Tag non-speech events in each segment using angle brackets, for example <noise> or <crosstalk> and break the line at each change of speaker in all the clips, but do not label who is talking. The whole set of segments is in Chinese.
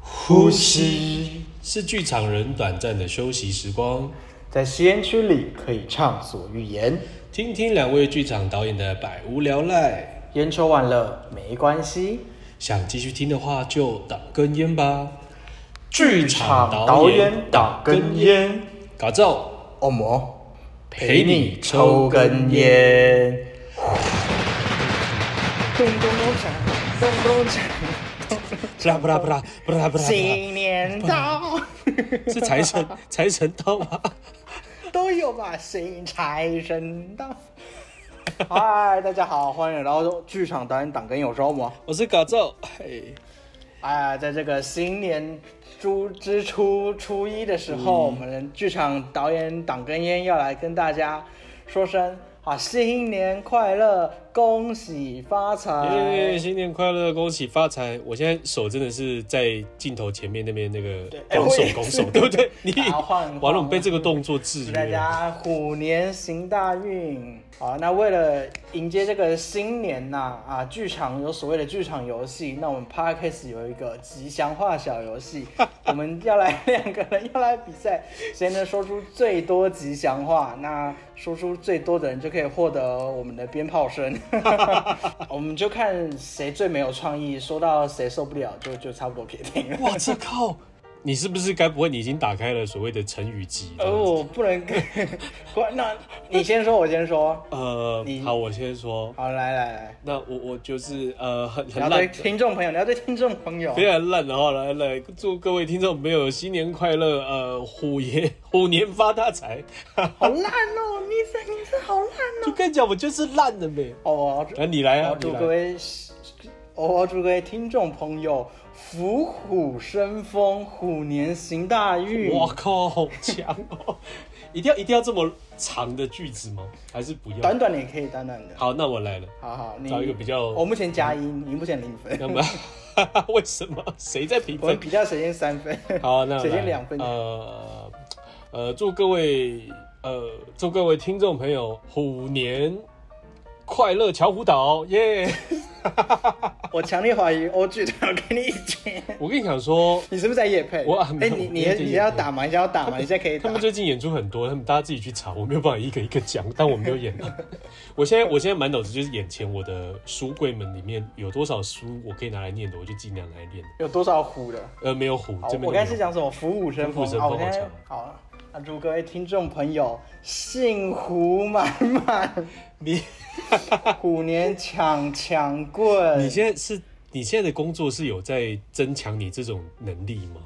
呼吸是剧场人短暂的休息时光，
在实验区里可以畅所欲言。
听听两位剧场导演的百无聊赖。
烟抽完了没关系，
想继续听的话就挡根烟吧。
剧场导演打根，烟，
搞照
恶魔陪你抽根。烟。咚咚咚锵，咚咚锵，
不啦不啦不啦不啦不啦不啦，
新年到，
是财神财神到吗？
<laughs> 都有把新财神 <laughs> 到。嗨，大家好，欢迎来到剧场导演党跟有收吗？
我是搞照，嘿，
哎，在这个新年初之初初一的时候，我们剧场导演党根烟要来跟大家说声啊，新年快乐，恭喜发
耶！
财！
新年快乐，恭喜发财！我现在手真的是在镜头前面那边那个
对哎
拱手
我也
拱
是
手，对不对？你
啊换换
完了，我们被这个动作制
祝
约。
大家虎年行大运！好，那为了迎接这个新年呐、啊，剧场有所谓的剧场游戏，那我们 podcast 有一个吉祥话小游 <laughs> 戏，我们要来两个人要来比赛，谁能说出最多吉祥话，那说出最多的人就可以获得我们的鞭炮 <laughs> 声。我们就看谁最没有创意，说到谁受不了就就差不多撇平 <laughs> 了。
哇，这靠！ <laughs> 你是不是该不会你已经打开了所谓的成语集？
而我哦不能 <laughs> 跟，那你先说，我先说。
呃
你，
好，我先说。
好，来来来，
那我我就是呃很
你
很
要对
烂，
听众朋友，你要对听众朋友，
非常烂的话，来来，祝各位听众朋友新年快乐，呃，虎爷 <laughs> 虎年发大财。 <laughs>
好烂哦，你这你这好烂哦。
就跟你讲，我就是烂的呗。
哦，我要
来，你来
我要
啊，你
祝各
来。
位，哦我要祝各位听众朋友虎虎生风，虎年行大运。
我靠，好强哦！ <laughs> 一定要一定要这么长的句子吗？还是不要？
短短的也可以，短短的。
好，那我来了。
好好，你
找一个比较
我目前加一，你目前零分，
那么 <laughs> 为什么？谁在评
我
分
们？比较谁先三分， <laughs>
好，那
谁
来
先两分。
呃呃，祝各位呃祝各位听众朋友虎年快乐，巧虎岛耶！
<laughs> 我强烈怀疑欧剧团有给你意见，
我跟你讲说，
你是不是在夜配？
我啊
哎，你
没有我
你
没有
你要打吗？你要打吗？你现在可以打
他。们最近演出很多，他们大家自己去查，我没有办法一个一个讲，但我没有演 <laughs> 啊。我现在我现在满脑子就是眼前我的书柜门里面有多少书我可以拿来念的，我就尽量来念。
有多少虎的？
呃，没有虎
好，
这边
我
都
刚才
没
是
有。
讲什么虎虎生风
虎虎生
啊？
风
我刚才
好强
好，那祝各位听众朋友幸福满
<laughs>
满，
你
虎年抢抢棍。
你现在是你现在的工作是有在增强你这种能力吗？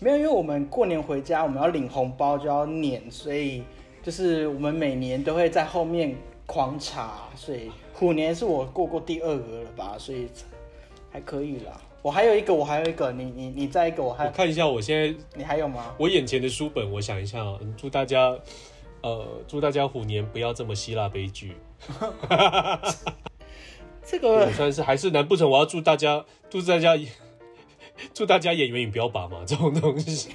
没有，因为我们过年回家，我们要领红包就要撵，所以就是我们每年都会在后面狂查，所以虎年是我过过第二个了吧，所以还可以啦。我还有一个，我还有一个，你你你再一个，我
我
还
看一下我现在
你还有吗？
我眼前的书本，我想一下啊，嗯祝大家，呃，祝大家虎年不要这么希腊悲剧。
这
我
个
算是还是难不成我要祝大家，祝大家，祝大家演员也不要拔嘛， <laughs> 这种东西。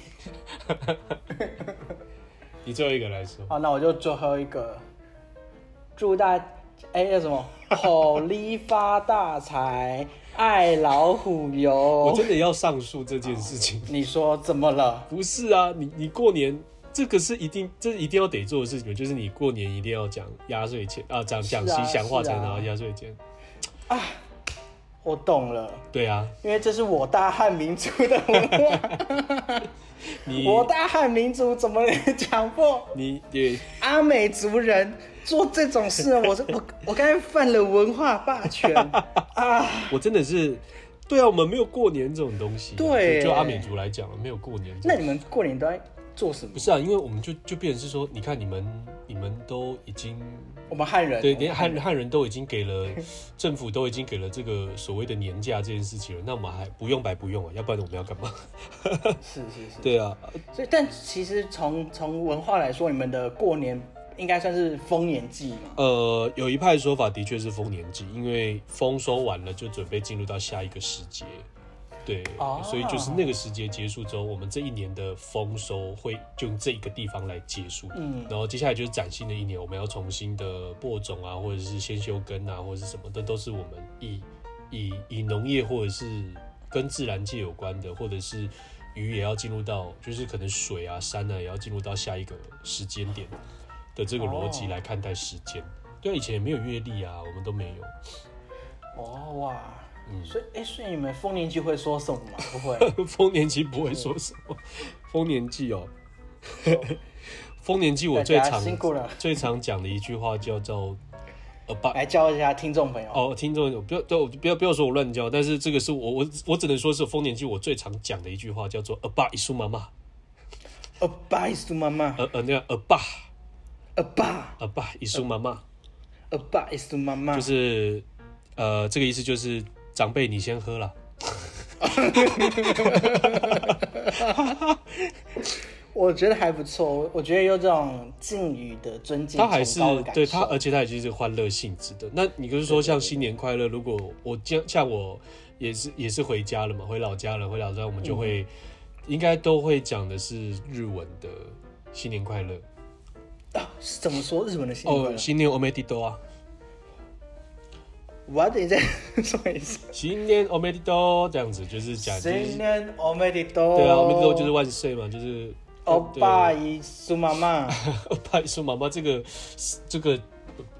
你最后一个来说，
好，那我就最后一个，祝大哎叫什
<laughs>
么？吼力发大财，爱老虎
我
油。
真的要上诉这件事情。
你说怎么了？
不是啊，你你过年这个是一定，这一定要得做的事情，就是你过年一定要讲压岁钱啊，讲讲
是啊
吉祥话
是
才
啊
拿到压岁钱。
我懂了，
对啊，
因为这是我大汉民族的文化，
<laughs> 你
我大汉民族怎么能强迫
你也
阿美族人做这种事？我是我我刚才犯了文化霸
<laughs>
权啊！
我真的是，对啊，我们没有过年这种东西啊。
对
就就阿美族来讲，没有过年这
那
种。
你们过年都在做什么
不？是啊，因为我们就就变成是说，你看你们你们都已经
我们汉人
对，连汉汉人都已经给了政府都已经给了这个所谓的年假这件事情了，那我们还不用白不用啊，要不然我们要干嘛？
是是是。
对啊，
所以，但其实从从文化来说，你们的过年应该算是丰年祭嘛？
呃，有一派说法的确是丰年祭，因为丰收完了就准备进入到下一个时节，对，
哦
所以就是那个时节结束之后，我们这一年的丰收会就用这一个地方来结束，
嗯
然后接下来就是崭新的一年，我们要重新的播种啊，或者是先修根啊，或者是什么的，都是我们以以以农业或者是跟自然界有关的，或者是鱼也要进入到，就是可能水啊、山啊也要进入到下一个时间点的这个逻辑
哦
来看待时间。对啊，以前也没有阅历啊，我们都没有。 <laughs>
哦哇，
嗯
所以哎、所以你们丰年祭会说什么吗？不会，
丰年祭不会说什么，丰年祭哦， <laughs> 丰年祭我最
大家
常
辛苦了
最常讲的一句话叫
<laughs>
做
<laughs>
about
来教一下听众朋友。
哦，听众不要对我不要不要说我乱教，但是这个是我我我只能说是丰年祭我最常讲的一句话叫做 about 一束妈妈，
阿爸，一苏妈妈，
呃呃那个 about
阿爸，
about 一束妈妈，
阿爸，一苏妈妈，
就是呃这个意思就是长辈你先喝啦。
我觉得还不错。我我觉得有这种敬语的尊敬，
他还是
崇高的感
对
受
他，而且他也就是欢乐性质的。那你就是说，像新年快乐，如果我像像我也是也是回家了嘛，回老家了，回老家我
嗯
们就会、应该都会讲的是日文的新年快乐
啊是怎么说日本的新年快
哦，
乐？
新年 o m e d i d o 啊，
我等一下 <laughs> 说一下。
新年 o m e d i d o 这样子就是讲啊就是
新年おめでとう。
对啊 o m e d i d o 就是万岁嘛，就是
欧巴
对
一苏妈妈，
<laughs> 欧巴一说妈妈这个这个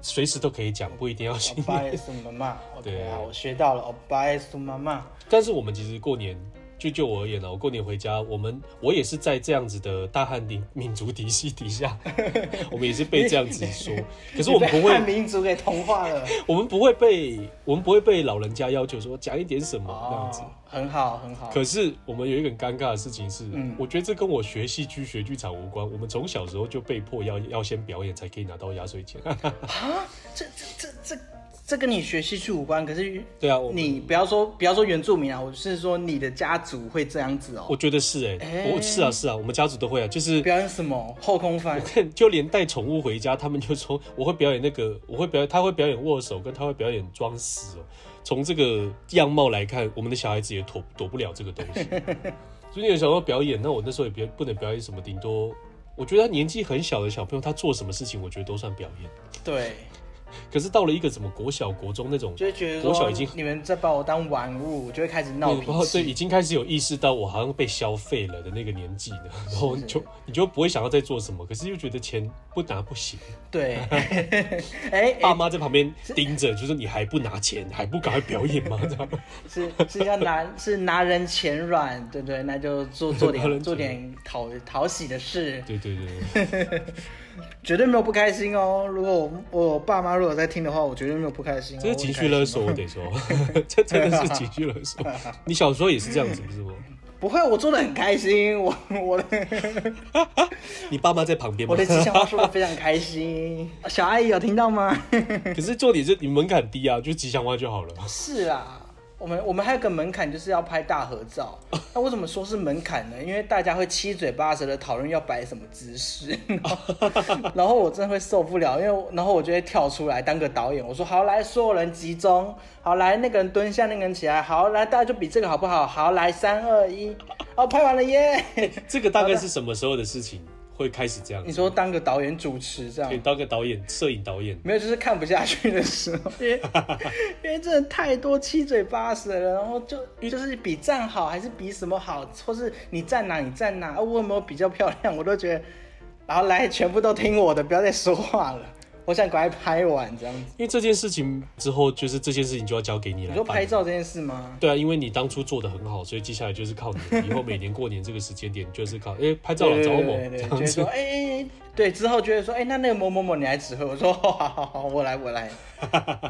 随时都可以讲，不一定要新
欧巴一苏妈妈。OK
<laughs> 对
啊，我学到了，欧巴一苏妈妈。
但是我们其实过年，就就我而言呢、啊我过年回家，我们我也是在这样子的大汉民民族体系底下， <laughs> 我们也是被这样子
<laughs>
说。可是我们不
你被汉
会，
民族给同化
<laughs>
了。
我们不会被，我们不会被老人家要求说讲一点什么这样子。
哦，很好，很好。
可是我们有一个很尴尬的事情是，
嗯
我觉得这跟我学戏剧、学剧场无关。我们从小时候就被迫要要先表演才可以拿到压岁钱。
啊，这这这这这跟你学戏剧无关，可是
对啊，我们
你不要说不要说原住民啊，我是说你的家族会这样子哦、
我觉得是哎、
哎
我是啊是啊，我们家族都会啊，就是
表演什么后空翻
我看 <laughs> 就连带宠物回家，他们就说我会表演那个，我会表演，他会表演握手，跟他会表演装死哦。从这个样貌来看，我们的小孩子也躲躲不了这个东西。 <laughs> 所以有想要表演，那我那时候也别不能表演什么，顶多我觉得他年纪很小的小朋友，他做什么事情，我觉得都算表演。
对，
可是到了一个什么国小、国中那种，
就会觉得
国小
说
已经
你们在把我当玩物，我就会开始闹
嗯然
脾
后对，
气。
已经开始有意识到我好像被消费了的那个年纪了，然后你
是
就你就不会想要再做什么，可是又觉得钱不拿不行。
对，
<laughs>
哎、
爸妈在旁边盯着，就说你还不拿钱，还不赶快表演
<laughs>
吗？这样，
哎是是要拿是拿人前软，对不对？那就做
<laughs>
做
拿
点
人
做
钱
点讨讨喜的事，
对对
哦
对，
绝对没有不开心哦。如果我我爸妈如果在听的话，我绝对没有不开心、哦。
这是情绪勒索，我得说， <laughs> 这真的是情绪勒
<laughs>
索。你小时候也是这样子，不是吗？
不会，我做的很开心，我我的
你爸妈在旁边吗
我的？吉祥话说的非常开心。小阿姨有听到吗？
<laughs> 可是重点是你门槛低啊，就吉祥话就好了。
是啊，我们我们还有个门槛，就是要拍大合照。那为什么说是门槛呢？因为大家会七嘴八舌的讨论要摆什么姿势， <laughs> 然后然后我真的会受不了，因为我然后我就会跳出来当个导演，我说好来，所有人集中，好来，那个人蹲下，那个人起来，好来，大家就比这个好不好？好来，三二一，哦，拍完了耶！ <laughs>
这个大概是什么时候的事情会开始这样
你？说当个导演主持这样
可以。当个导演、摄影导演，
没有，就是看不下去的时 <laughs> 候，因为因为真的太多七嘴八舌了，然后就就是比站好还是比什么好，或是你站哪你站哪，啊我有没有比较漂亮，我都觉得，然后来全部都听我的，不要再说话了，我想赶快拍完这样子。
因为这件事情之后，就是这件事情就要交给你
你
来
说
办
拍。照这件事吗？
对啊，因为你当初做的很好，所以接下来就是靠你。以后每年过年这个时间点，就是靠哎、拍照了，
对
找我
对对
们
对
这
对，就
样
是
子
说。哎哎哎，对，之后觉得说哎、那那个某某某你来指挥，我说好好好，我来我
<laughs>
来。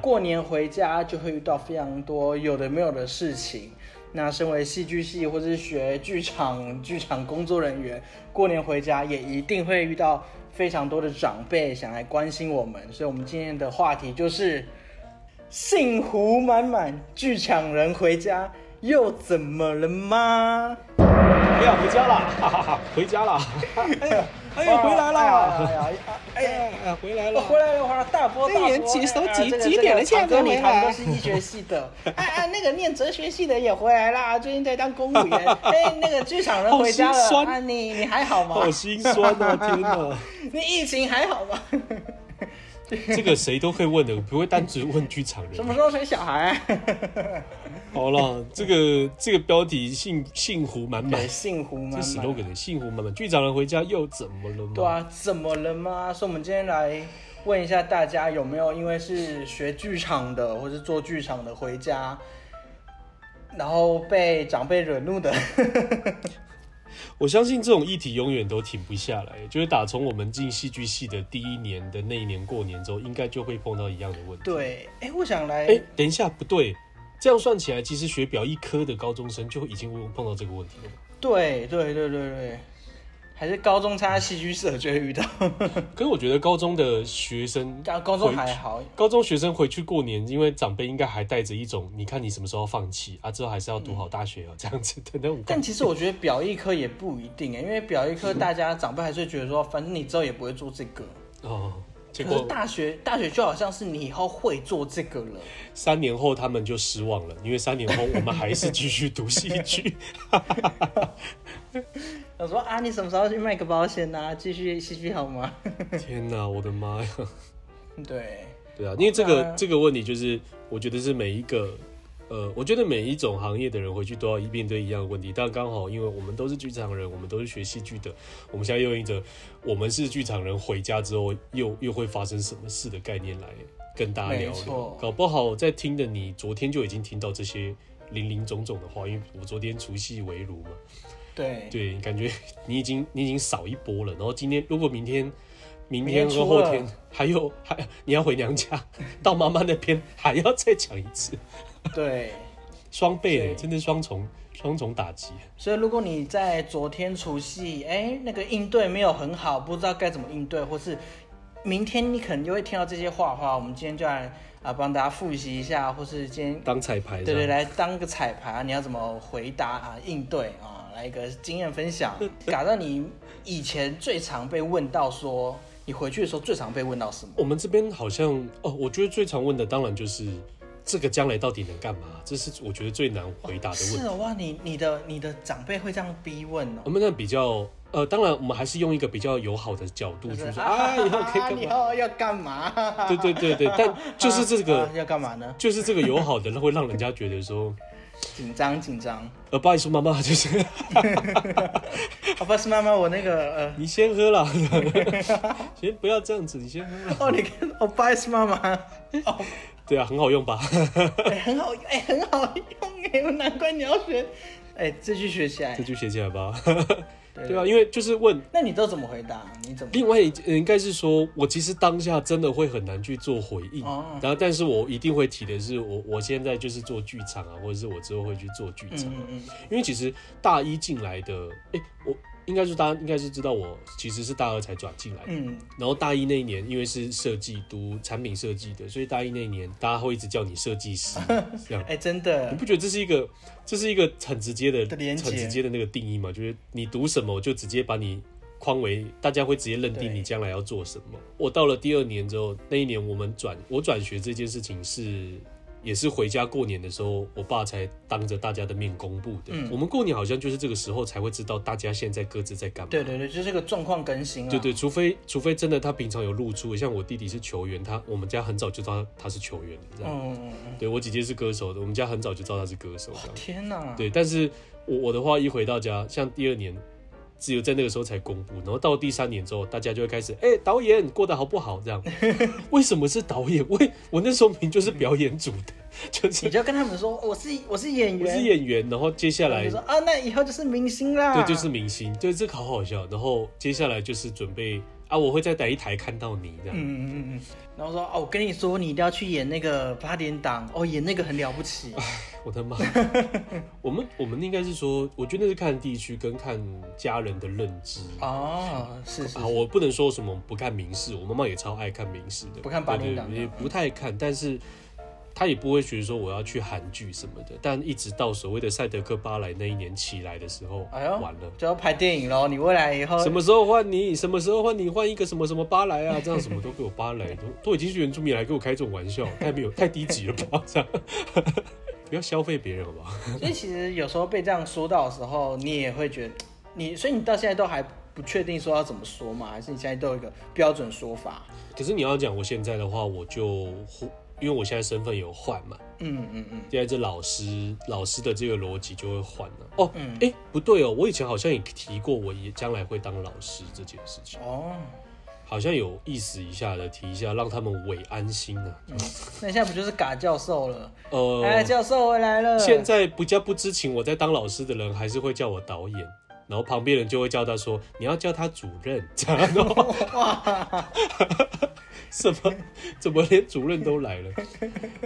过年回家就会遇到非常多有的没有的事情。那身为戏剧系或是学剧场剧场工作人员，过年回家也一定会遇到非常多的长辈想来关心我们，所以我们今天的话题就是幸福满满，剧场人回家又怎么了吗？
哎呀，回家啦，哈哈哈，回家啦！哎呀，哎呀，回来啦！
哎呀哎呀哎
哎
呀！
呀，回来
我
了！
回来了，我回来了大波大波。
这人几手
哎呀
几
这个
几
这
点
个
了现在
长哥
都
你
没
他们
来
都是医学系的。 <laughs> 哎哎，那个念哲学系的也回来啦，最近在当公务员。哎，那个剧场人回家
好心
了。
酸
啊，你你还好吗
哦好？心酸啊！天哪，
你疫情还好吗？
这个谁都会问的，不会单只问剧场人
什。么时候生小孩？
好了，这个这个标题幸幸福满满
对，，幸福
这
满
slogan
满。
的幸福满满。剧场人回家又怎么了嘛？
对啊，怎么了吗？所以我们今天来问一下大家，有没有因为是学剧场的，或是做剧场的回家，然后被长辈惹怒的？
我相信这种议题永远都停不下来，就是打从我们进戏剧系的第一年的那一年过年之后，应该就会碰到一样的问题。，
对，哎，我想来
哎、，等一下，不对，这样算起来，其实学表一科的高中生就已经碰到这个问题了嘛。
对对对对对，还是高中参加戏剧社就会
<laughs>
遇到，
可是我觉得高中的学生，
啊高高中还好，
高中学生回去过年，因为长辈应该还带着一种你看你什么时候放弃啊，之后还是要读好大学哦、这样子的那种感
但其实我觉得表一科也不一定哎，因为表一
嗯
科大家长辈还是会觉得说，反正你之后也不会做这个。
觉哦。结
可是
果
大学大学就好像是你以后会做这个了，
三年后他们就失望了，因为三年后我们还是继续读戏
<laughs>
剧。
我说啊，你什么时候去卖个保险啊？继续继续好吗？ <laughs>
天哪，我的妈呀！
对，
对啊，因为这个、
对啊
这个问题就是，我觉得是每一个，呃，我觉得每一种行业的人回去都要面对一样的问题。但刚好，因为我们都是剧场人，我们都是学戏剧的，我们现在又用着我们是剧场人回家之后又又会发生什么事的概念来跟大家聊
没
聊
错。
搞不好在听的你，昨天就已经听到这些零零总总的话，因为我昨天除夕围炉嘛，
对，
对，
<laughs>
感觉你已经你已经少一波了。然后今天如果明天、明
明天
天和
初
后
二
天还有还你要回娘家， <laughs> 到妈妈那边还要再讲一次，
对，
双倍
对
耶真的双重双重打击。
所以如果你在昨天除夕，哎，那个应对没有很好，不知道该怎么应对，或是明天你可能就会听到这些话的话，我们今天就来啊帮大家复习一下，或是今天
当彩排
对
这
对，
样，
来当个彩排啊，你要怎么回答啊？应对啊，来一个经验分
<laughs>
享。搞到你以前最常被问到说，你回去的时候最常被问到什么？
我们这边好像哦，我觉得最常问的当然就是这个将来到底能干嘛，这是我觉得最难回答的问
是
题。
哦，哇，你你的你的长辈会这样逼问哦
我。们那比较呃，当然我们还是用一个比较友好的角度
就是
去说
<laughs>
啊，以后可以
啊
干
你以
嘛？
后要干嘛？
对对对对，但就是这个
啊、要干嘛呢？
就是这个友好的，会让人家觉得说， <laughs>
紧张紧张。
呃，不好意思，妈妈，就是，
好吧，是哦妈妈，我那个呃
你先喝啦， <laughs> 先不要这样子，你先喝啦。
哦，你看，哦，不好意思，妈妈，哦
对啊，很好用吧？ <laughs>
哎、很好，哎、很好用，哎，难怪你要学，哎、这句学起来
这，就写起来吧。
对
对啊，因为就是问，
那你都怎么回答？你怎么？
另外一呃应该是说，我其实当下真的会很难去做回应，
哦
然后但是我一定会提的是，我我现在就是做剧场啊，或者是我之后会去做剧场。
嗯嗯
因为其实大一进来的，哎、我应该是大家应该是知道我其实是大二才转进来的，
嗯
然后大一那一年，因为是设计读产品设计的，所以大一那一年大家会一直叫你设
<laughs>
计师，这样
嗯，。哎，真
你
的，
不觉得这是一个，这是一个很直接的、
的连结
很直接的那个定义吗？就是你读什么，就直接把你框为，大家会直接认
对
定你将来要做什么。我到了第二年之后，那一年我们转我转学这件事情是，也是回家过年的时候，我爸才当着大家的面公布的。
嗯
我们过年好像就是这个时候才会知道大家现在各自在干嘛。
对对对，就是个状况更新啊。
对对，除非除非真的他平常有露出，像我弟弟是球员，他我们家很早就知道他他是球员的，这样。
嗯，嗯嗯嗯，
对我姐姐是歌手的，我们家很早就知道他是歌手这
哦
样。
天哪，
对，但是我我的话一回到家，像第二年，只有在那个时候才公布，然后到第三年之后，大家就会开始，哎、导演过得好不好？
<laughs>
这样，为什么是导演？为我那时候明明就是表演组的， <laughs> 就是
你就跟他们说哦我是我是演
我
员，
是演员，然后接下
他们
来
就说啊，那以后就是明星啦。
对，就是明星，对，这个好好笑。然后接下来就是准备啊，我会在哪一台看到你这样。
嗯嗯嗯嗯，然后说哦，我跟你说，你一定要去演那个八点档，哦，演那个很了不
<laughs>
起。
我的妈！我们我们应该是说，我觉得是看地区跟看家人的认知。
哦，是是
好，我不能说什么不看民视，我妈妈也超爱看民视的，
不看八点档
对对也不太看，但是她也不会觉得说我要去韩剧什么的。但一直到所谓的赛德克巴莱那一年起来的时候，
哎呦哎
完了。
就要拍电影喽，你未来以后
什么时候换你？什么时候换你？换一个什么什么巴莱啊？这样什么都给我巴莱，都都已经是原住民来给我开这种玩笑，太没有太低级了吧？这样 <laughs> 不要消费别人好不好？
所以其实有时候被这样说到的时候，你也会觉得你，所以你到现在都还不确定说要怎么说嘛，还是你现在都有一个标准说法？
可是你要讲我现在的话，我就忽因为我现在身份有换嘛，
嗯嗯嗯，
现在这老师老师的这个逻辑就会换了、哦，哎、不对哦，我以前好像也提过，我也将来会当老师这件事情，
哦，
好像有意思一下的提一下，让他们伪安心啊。
那你现在不就是嘎教授了？
呃，
哎，教授我来了。
现在不叫不知情，我在当老师的人还是会叫我导演，然后旁边人就会叫他说你要叫他主任， <laughs> 这样然后 <laughs> 什么怎么连主任都来了？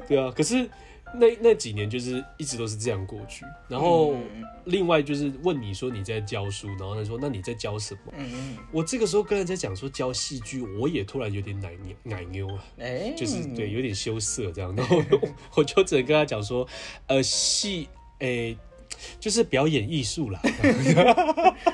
对啊，可是那那几年就是一直都是这样过去。然后
嗯
另外就是问你说你在教书，然后他说那你在教什么？
嗯
我这个时候跟人家讲说教戏剧，我也突然有点奶牛奶牛啊。
嗯，哎，
就是对，有点羞涩这样。然后我我就只能跟他讲说，呃，戏，诶、就是表演艺术啦，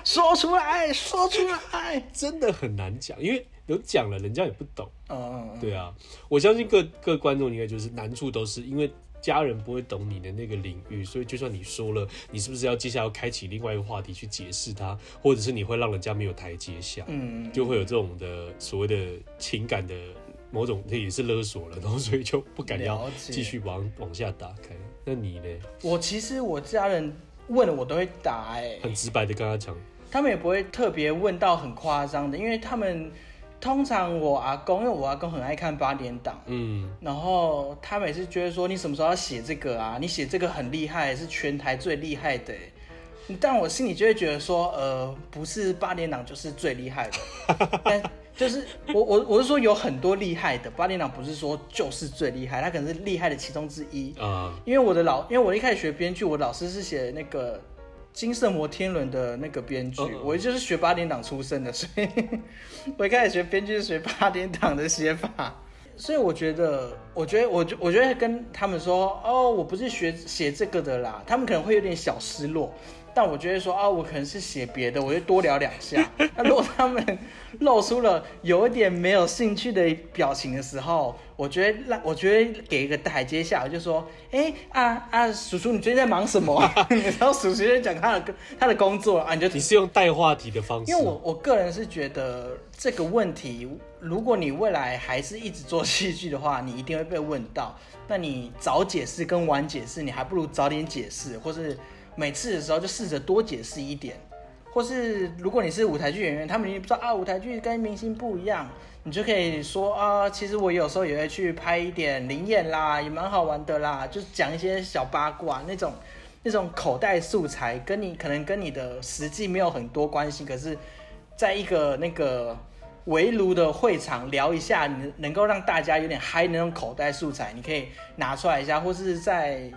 说出来，说出来。
真的很难讲，因为有讲了人家也不懂。
<laughs> 嗯嗯，
对啊，我相信各各观众应该就是难处都是因为。家人不会懂你的那个领域，所以就算你说了，你是不是要接下来要开启另外一个话题去解释它，或者是你会让人家没有台阶下，
嗯，
就会有这种的所谓的情感的某种，这也是勒索了，然后所以就不敢要
了解
继续往往下打开。那你呢？
我其实我家人问了我都会答、哎，
很直白的跟他讲，
他们也不会特别问到很夸张的，因为他们通常我阿公，因为我阿公很爱看八点档，
嗯，
然后他每次觉得说你什么时候要写这个啊？你写这个很厉害，是全台最厉害的欸。但我心里就会觉得说，呃，不是八点档就是最厉害的，
<laughs>
但就是我我我是说有很多厉害的，八点档不是说就是最厉害，它可能是厉害的其中之一。
啊、
因为我的老，因为我一开始学编剧，我老师是写那个《金色摩天轮》的那个编剧，
嗯嗯嗯
我就是学八点档出身的，所以 <laughs> 我一开始学编剧是学八点档的写法。所以我觉得，我觉得，我觉，我觉得跟他们说，哦，我不是学写这个的啦，他们可能会有点小失落。但我觉得说，啊，我可能是写别的，我就多聊两下。那如果他们露出了有一点没有兴趣的表情的时候，我觉得让我觉得给一个台阶下，我就说，哎、啊啊，叔叔，你最近在忙什么、啊？ <laughs> 然后叔叔就讲他的他的工作啊，你就
你是用带话题的方式，
因为我我个人是觉得这个问题，如果你未来还是一直做戏剧的话，你一定会被问到。那你早解释跟晚解释，你还不如早点解释，或是每次的时候就试着多解释一点。或是如果你是舞台剧演员，他们也不知道啊，舞台剧跟明星不一样，你就可以说啊，其实我有时候也会去拍一点灵演啦，也蛮好玩的啦，就讲一些小八卦那种。那种口袋素材，跟你可能跟你的实际没有很多关系，可是在一个那个围炉的会场聊一下，你能够让大家有点嗨的那种口袋素材，你可以拿出来一下，或是在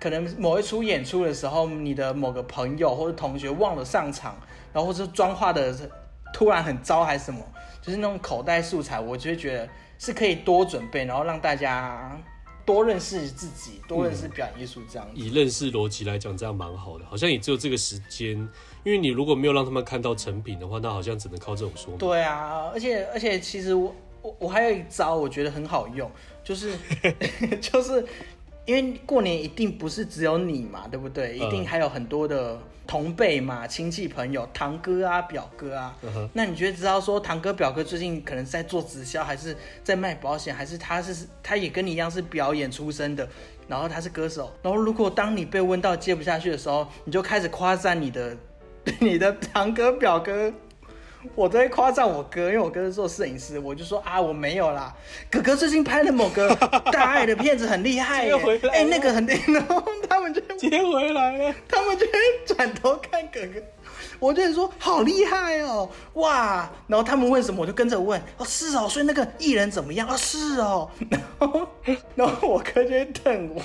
可能某一出演出的时候，你的某个朋友或者同学忘了上场，然后或是妆化的突然很糟还是什么，就是那种口袋素材，我就会觉得是可以多准备，然后让大家多认识自己，多认识表演艺术这样子。
以认识逻辑来讲，这样蛮好的，好像也只有这个时间，因为你如果没有让他们看到成品的话，那好像只能靠这种说明。
对啊，而且而且其实我我我还有一招，我觉得很好用，就是
<laughs>
<laughs> 就是因为过年一定不是只有你嘛，对不对？
嗯
一定还有很多的同辈嘛，亲戚朋友、堂哥啊、表哥啊。
嗯哼
那你就会知道说，堂哥表哥最近可能是在做直销，还是在卖保险，还是他是他也跟你一样是表演出身的，然后他是歌手。然后如果当你被问到接不下去的时候，你就开始夸赞你的 <laughs> 你的堂哥表哥。我都会夸赞我哥，因为我哥是做摄影师，我就说啊我没有啦，哥哥最近拍了某
<laughs>
个大爱的片子很厉害耶
接回，来
哎、
了
那个很， <laughs> 然后他们就
接回来了，
他们就会转头看哥哥，我就说好厉害哦，哇！然后他们问什么，我就跟着问，哦是哦，所以那个艺人怎么样？哦是哦， <laughs> 然后然后我哥就会瞪我，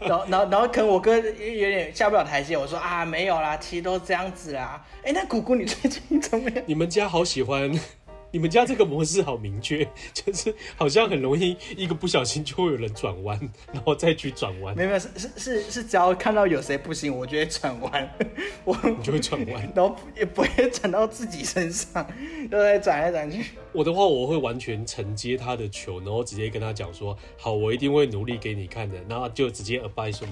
<laughs> 然后然后然后可能我哥有点下不了台阶，我说啊没有啦，其实都这样子啦。哎，那姑姑你最近怎么样？
你们家好喜欢你们家这个模式好明确，就是好像很容易一个不小心就会有人转弯，然后再去转弯，
没有没有是是是是，只要看到有谁不行，我就会转弯， <laughs> 我
你就会转弯。
<laughs> 然后也不会转到自己身上， <laughs> 就在转来转去。
我的话，我会完全承接他的球，然后直接跟他讲说：“好，我一定会努力给你看的。”然后就直接 advice 说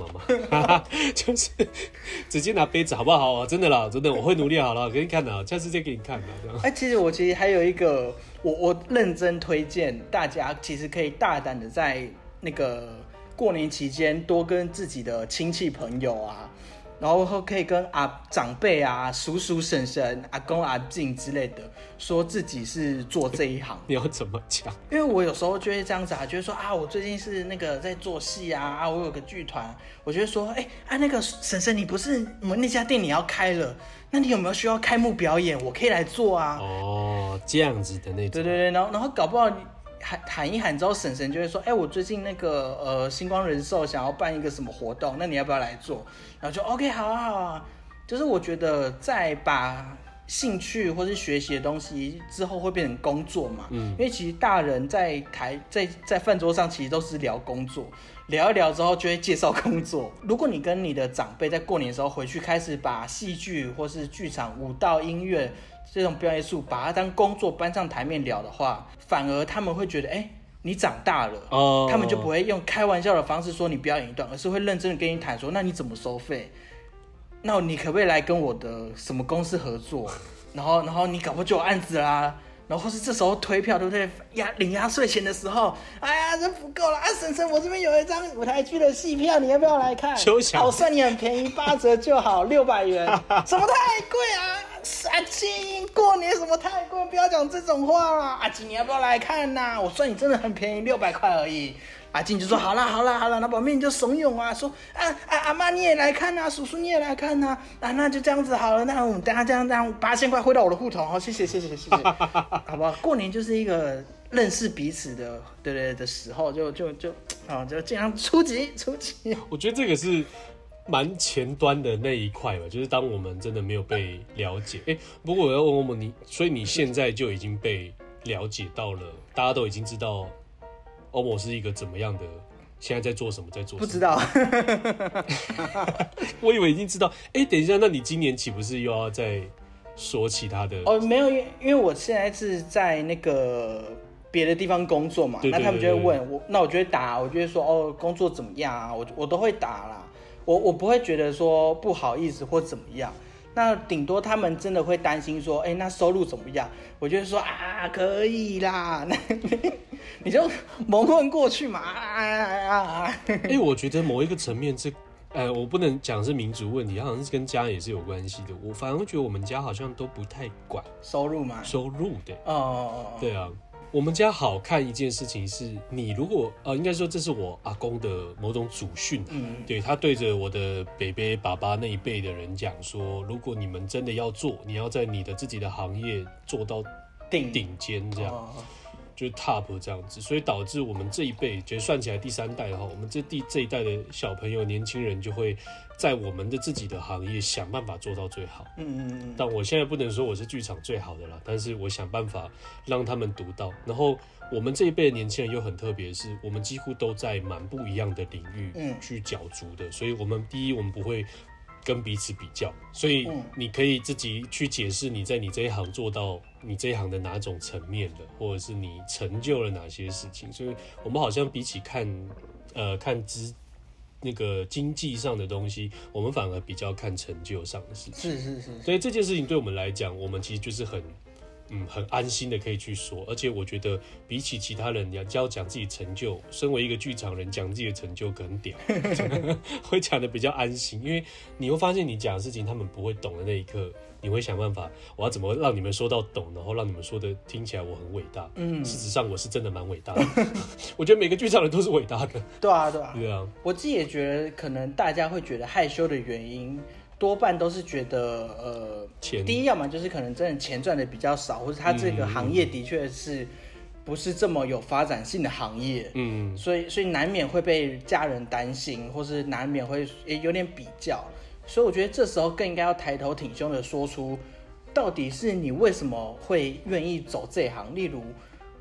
妈妈， <laughs> 就是直接拿杯子好不好、真的啦，真的，我会努力好了，给你看的，下次再给你看的。这样
哎、其实我其实还有一个，我我认真推荐大家，其实可以大胆的在那个过年期间多跟自己的亲戚朋友啊，然后可以跟啊长辈啊、叔叔婶婶、阿公阿静之类的，说自己是做这一行。
你要怎么讲？
因为我有时候就会这样子啊，就会说啊，我最近是那个在做戏啊，啊，我有个剧团，我就会说，哎、啊，那个婶婶，你不是我们那家店你要开了，那你有没有需要开幕表演？我可以来做啊。
哦，这样子的
对
那种，
对对，然后然后搞不好你喊喊一喊之后，婶婶就会说，哎、我最近那个呃星光人寿想要办一个什么活动，那你要不要来做？然后就 OK，好啊好啊，就是我觉得在把兴趣或是学习的东西之后会变成工作嘛，嗯，因为其实大人在台在在饭桌上其实都是聊工作，聊一聊之后就会介绍工作。如果你跟你的长辈在过年的时候回去开始把戏剧或是剧场、舞蹈、音乐这种表演艺术，把它当工作搬上台面聊的话，反而他们会觉得，哎、你长大了，
哦，
他们就不会用开玩笑的方式说你表演一段，而是会认真的跟你谈说，那你怎么收费？那你可不可以来跟我的什么公司合作？然后，然后你搞不好就有案子啦。然后或是这时候推票，对不对？压领压岁钱的时候，哎呀，这不够了啊！婶婶，我这边有一张舞台剧的戏票，你要不要来看？
休想啊
好，算你很便宜，八折就好，六百元，什么太贵啊？阿金，过年什么太贵，不要讲这种话啦！阿金，你要不要来看呐、我算你真的很便宜，六百块而已。阿金就说好啦好啦好啦，那表妹你就怂恿啊，说啊啊阿妈你也来看呐、叔叔你也来看呐、啊，那就这样子好了，那我们等下这样这样八千块汇到我的户头，好谢谢谢谢谢谢，好不好？过年就是一个认识彼此的对对的时候，就就就啊就尽量出击出击。
我觉得这个是蛮前端的那一块吧，就是当我们真的没有被了解。哎、不过我要问问你，所以你现在就已经被了解到了，大家都已经知道欧某是一个怎么样的，现在在做什么，在做
不
什
知
么。
道，
我以为已经知道。哎、等一下，那你今年岂不是又要再说其他 <laughs> 的？
哦，没有，因为因为我现在是在那个别的地方工作嘛，
对对
那他们就
对
会
对
问我，那我就会答，我就会说哦，工作怎么样啊？我就我都会答啦，我我不会觉得说不好意思或怎么样。那顶多他们真的会担心说，哎、那收入怎么样？我就会说啊，可以啦， <laughs> 那你就蒙混过去嘛，啊啊啊！啊
哎、我觉得某一个层面这，呃，我不能讲是民族问题，它好像是跟家也是有关系的。我反而觉得我们家好像都不太管
收入嘛，
收入的。
哦哦，哦
对啊，我们家好看一件事情是，你如果呃，应该说这是我阿公的某种祖训、啊，
嗯，
对他对着我的北北爸爸那一辈的人讲说，如果你们真的要做，你要在你的自己的行业做到
顶
顶尖，这样、
哦
就是 top 这样子，所以导致我们这一辈，就算起来第三代的哦话，我们这第这一代的小朋友、年轻人就会在我们的自己的行业想办法做到最好。
嗯嗯嗯。
但我现在不能说我是剧场最好的啦，但是我想办法让他们读到。然后我们这一辈的年轻人又很特别，是我们几乎都在蛮不一样的领域
嗯
去角逐的，所以我们第一我们不会跟彼此比较，所以
嗯
你可以自己去解释你在你这一行做到你这一行的哪种层面的，或者是你成就了哪些事情。所以我们好像比起看呃看资。那个经济上的东西，我们反而比较看成就上的事情。
是是是，
所以这件事情对我们来讲，我们其实就是很，嗯，很安心的可以去说。而且我觉得，比起其他人，你要要讲自己成就，身为一个剧场人，讲自己的成就很屌， <laughs> 会讲的比较安心，因为你会发现你讲的事情他们不会懂的那一刻，你会想办法，我要怎么让你们说到懂，然后让你们说的听起来我很伟大。嗯，事实上我是真的蛮伟
<laughs>
大的。我觉得每个剧场人都是伟大的。
对啊对啊。
对啊，
我自己也觉得，可能大家会觉得害羞的原因，多半都是觉得，呃，
钱
第一，要么就是可能真的钱赚的比较少，或者他这个行业的确是不是这么有发展性的行业，
嗯，
所以所以难免会被家人担心，或是难免会也有点比较，所以我觉得这时候更应该要抬头挺胸的说出，到底是你为什么会愿意走这一行？例如，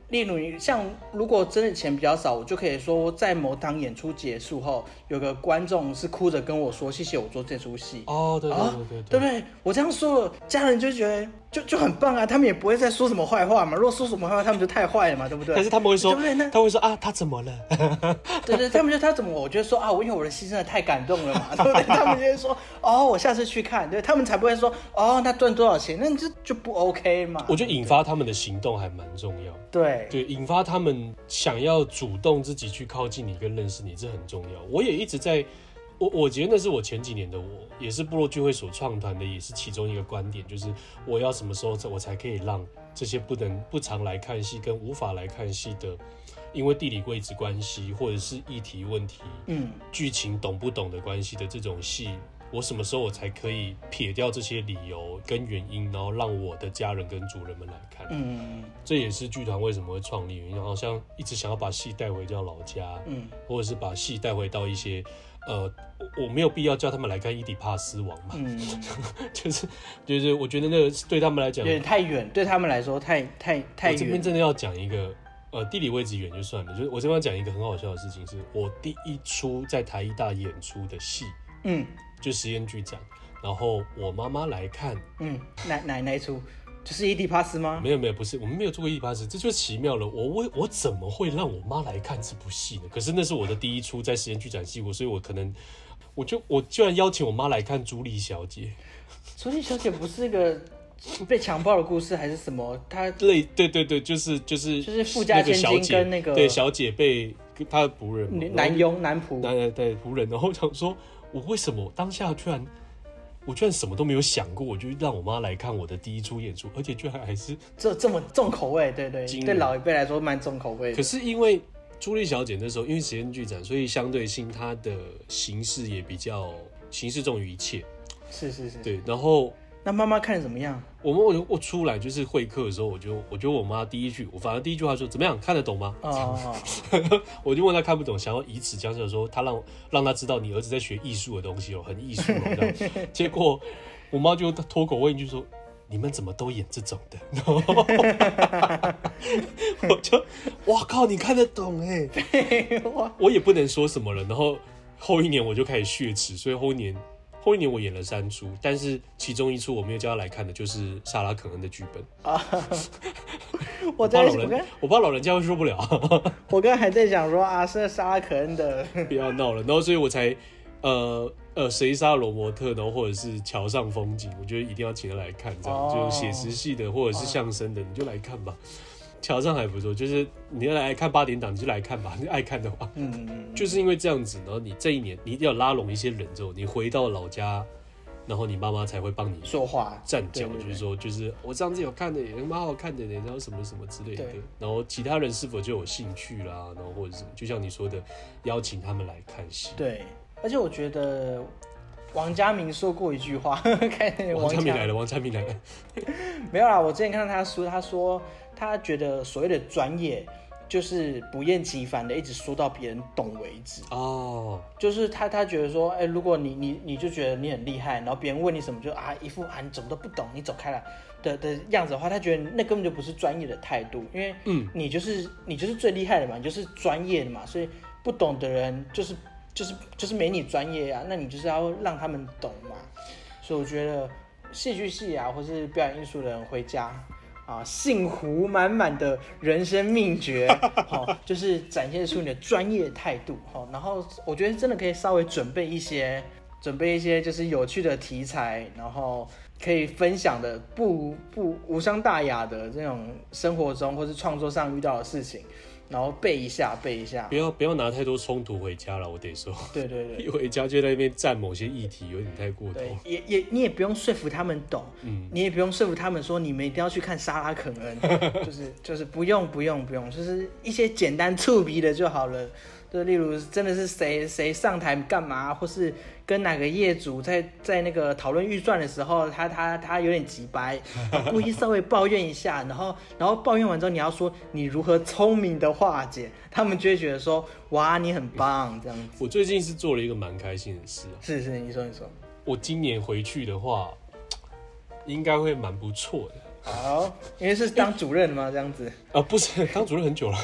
例如像如果真的钱比较少，我就可以说，在某档演出结束后，有个观众是哭着跟我说：“谢谢我做这出戏。”
哦，对
啊
对对对
对
对
不对？我这样说了，家人就觉得就就很棒啊，他们也不会再说什么坏话嘛。如果说什么坏话，他们就太坏了嘛，对不对？
但是他们会说
对不对？那，
他会说啊，他怎么了？
对对，他们就他怎么，我就说啊，我因为我的牺牲的太感动了嘛， <laughs> 对不对？他们就会说哦，我下次去看，对他们才不会说哦，那赚多少钱，那你这就不 OK 嘛。
我觉得引发他们的行动还蛮重要。
对
对，引发他们想要主动自己去靠近你跟认识你，这很重要。我也一直在，我我觉得那是我前几年的我，也是部落聚会所创团的，也是其中一个观点，就是我要什么时候我才可以让这些不能不常来看戏跟无法来看戏的，因为地理位置关系或者是议题问题，
嗯，
剧情懂不懂的关系的这种戏，我什么时候我才可以撇掉这些理由跟原因，然后让我的家人跟主人们来看？
嗯
这也是剧团为什么会创立原因，好像一直想要把戏带回到老家，
嗯，
或者是把戏带回到一些，呃，我我没有必要叫他们来看伊底帕斯王嘛， <laughs>
嗯，
就是就是我觉得那个对他们来
有
讲，
点太远，对他们来说太太太
我这边
远。
真的要讲一个，呃，地理位置远就算了，就是我这边要讲一个很好笑的事情是，我第一出在台艺大演出的戏
嗯
就实验剧展，然后我妈妈来看，
嗯，哪哪哪一出？就是伊迪帕斯吗？
没有没有，不是，我们没有做过一八十，这就奇妙了。我为我怎么会让我妈来看这部戏呢？可是那是我的第一出在实验剧展戏，我所以我可能我就我居然邀请我妈来看《朱莉小姐
朱莉小姐不是一个被强暴的故事还是什么？她》，
类对对对，就是就是
就是富家
那个
千
小
金
姐
跟那个
对小姐被她的仆人嘛
女男佣男仆，
男男对仆人，然后我想说，我为什么当下居然我居然什么都没有想过，我就让我妈来看我的第一出演出，而且居然还是
这这么重口味，对对，
惊人
对老一辈来说蛮重口味
可
的。
是因为朱莉小姐那时候因为实验剧展，所以相对性它的形式也比较形式重于一切。
是是是。
对，然后
那妈妈看得怎么样？
我们我我出来就是会客的时候，我就我觉得我妈第一句，我反而第一句话说怎么样看得懂吗？
哦，
<laughs> 我就问她看不懂，想要以此讲讲说，她让让她知道你儿子在学艺术的东西哦，很艺术哦
<laughs>
这样。结果我妈就脱口问一句说。你们怎么都演这种
<laughs>
的？然后我就，哇靠！你看得懂哎、
<laughs> 哇，
我也不能说什么了。然后后一年我就开始血池，所以后一年后一年我演了三出，但是其中一出我没有叫他来看的，就是莎拉·肯恩的剧本。
我
怕
在
老
我
人
刚，
我怕老人家会受不了，
我刚还在讲说啊，是沙拉可恩的，
不要闹了。然后所以我才呃呃，谁杀罗伯特，然后或者是桥上风景，我觉得一定要请他来看，这样、
哦
就是写实系的或者是相声的，你就来看吧。桥上还不错，就是你要来看八点档，你就来看吧，你 <laughs> 爱看的话。
<laughs> 嗯，
就是因为这样子，然后你这一年你一定要拉拢一些人之后，你回到老家，然后你妈妈才会帮你
说话
站
对
脚，
对对
就是说，就是我上次有看的也蛮好看的呢，然后什么什么之类的
对，
然后其他人是否就有兴趣啦，然后或者什么，就像你说的，邀请他们来看戏。
对，而且我觉得王家明说过一句话， <laughs> 看
王嘉明来了，王嘉明来了，
没有啦，我之前看到他书，他说他觉得所谓的专业就是不厌其烦的一直说到别人懂为止。
哦，
就是他他觉得说，哎、如果你你你就觉得你很厉害，然后别人问你什么就啊一副啊你怎么都不懂，你走开了的的样子的话，他觉得那根本就不是专业的态度，因为
嗯
你就是你就是最厉害的嘛，你就是专业的嘛，所以不懂的人就是就是就是没你专业啊，那你就是要让他们懂嘛。所以我觉得戏剧系啊，或是表演艺术的人回家啊，幸福满满的人生秘诀，好、就是展现出你的专业态度，好、然后我觉得真的可以稍微准备一些，准备一些就是有趣的题材，然后可以分享的不不无伤大雅的这种生活中或是创作上遇到的事情，然后背一下背一下
不，要不要拿太多冲突回家了，我得说，
对对对。
一回家就在那边站某些议题，有点太过头。
对，也也你也不用说服他们懂，你也不用说服他们说你们一定要去看莎拉肯恩， <laughs> 就是就是不用不用不用，就是一些简单触鼻的就好了。就例如真的是谁谁上台干嘛，或是跟哪个业主在在那个讨论预算的时候，他他他有点急掰，故意稍微抱怨一下，然后 <laughs> 然后抱怨完之后，你要说你如何聪明的化解，他们就会觉得说哇你很棒这样子。
我最近是做了一个蛮开心的事啊。
是是，你说你说，
我今年回去的话，应该会蛮不错的。
好，因为是当主任嘛，这样子。
啊，不是， <laughs> 当主任很久了。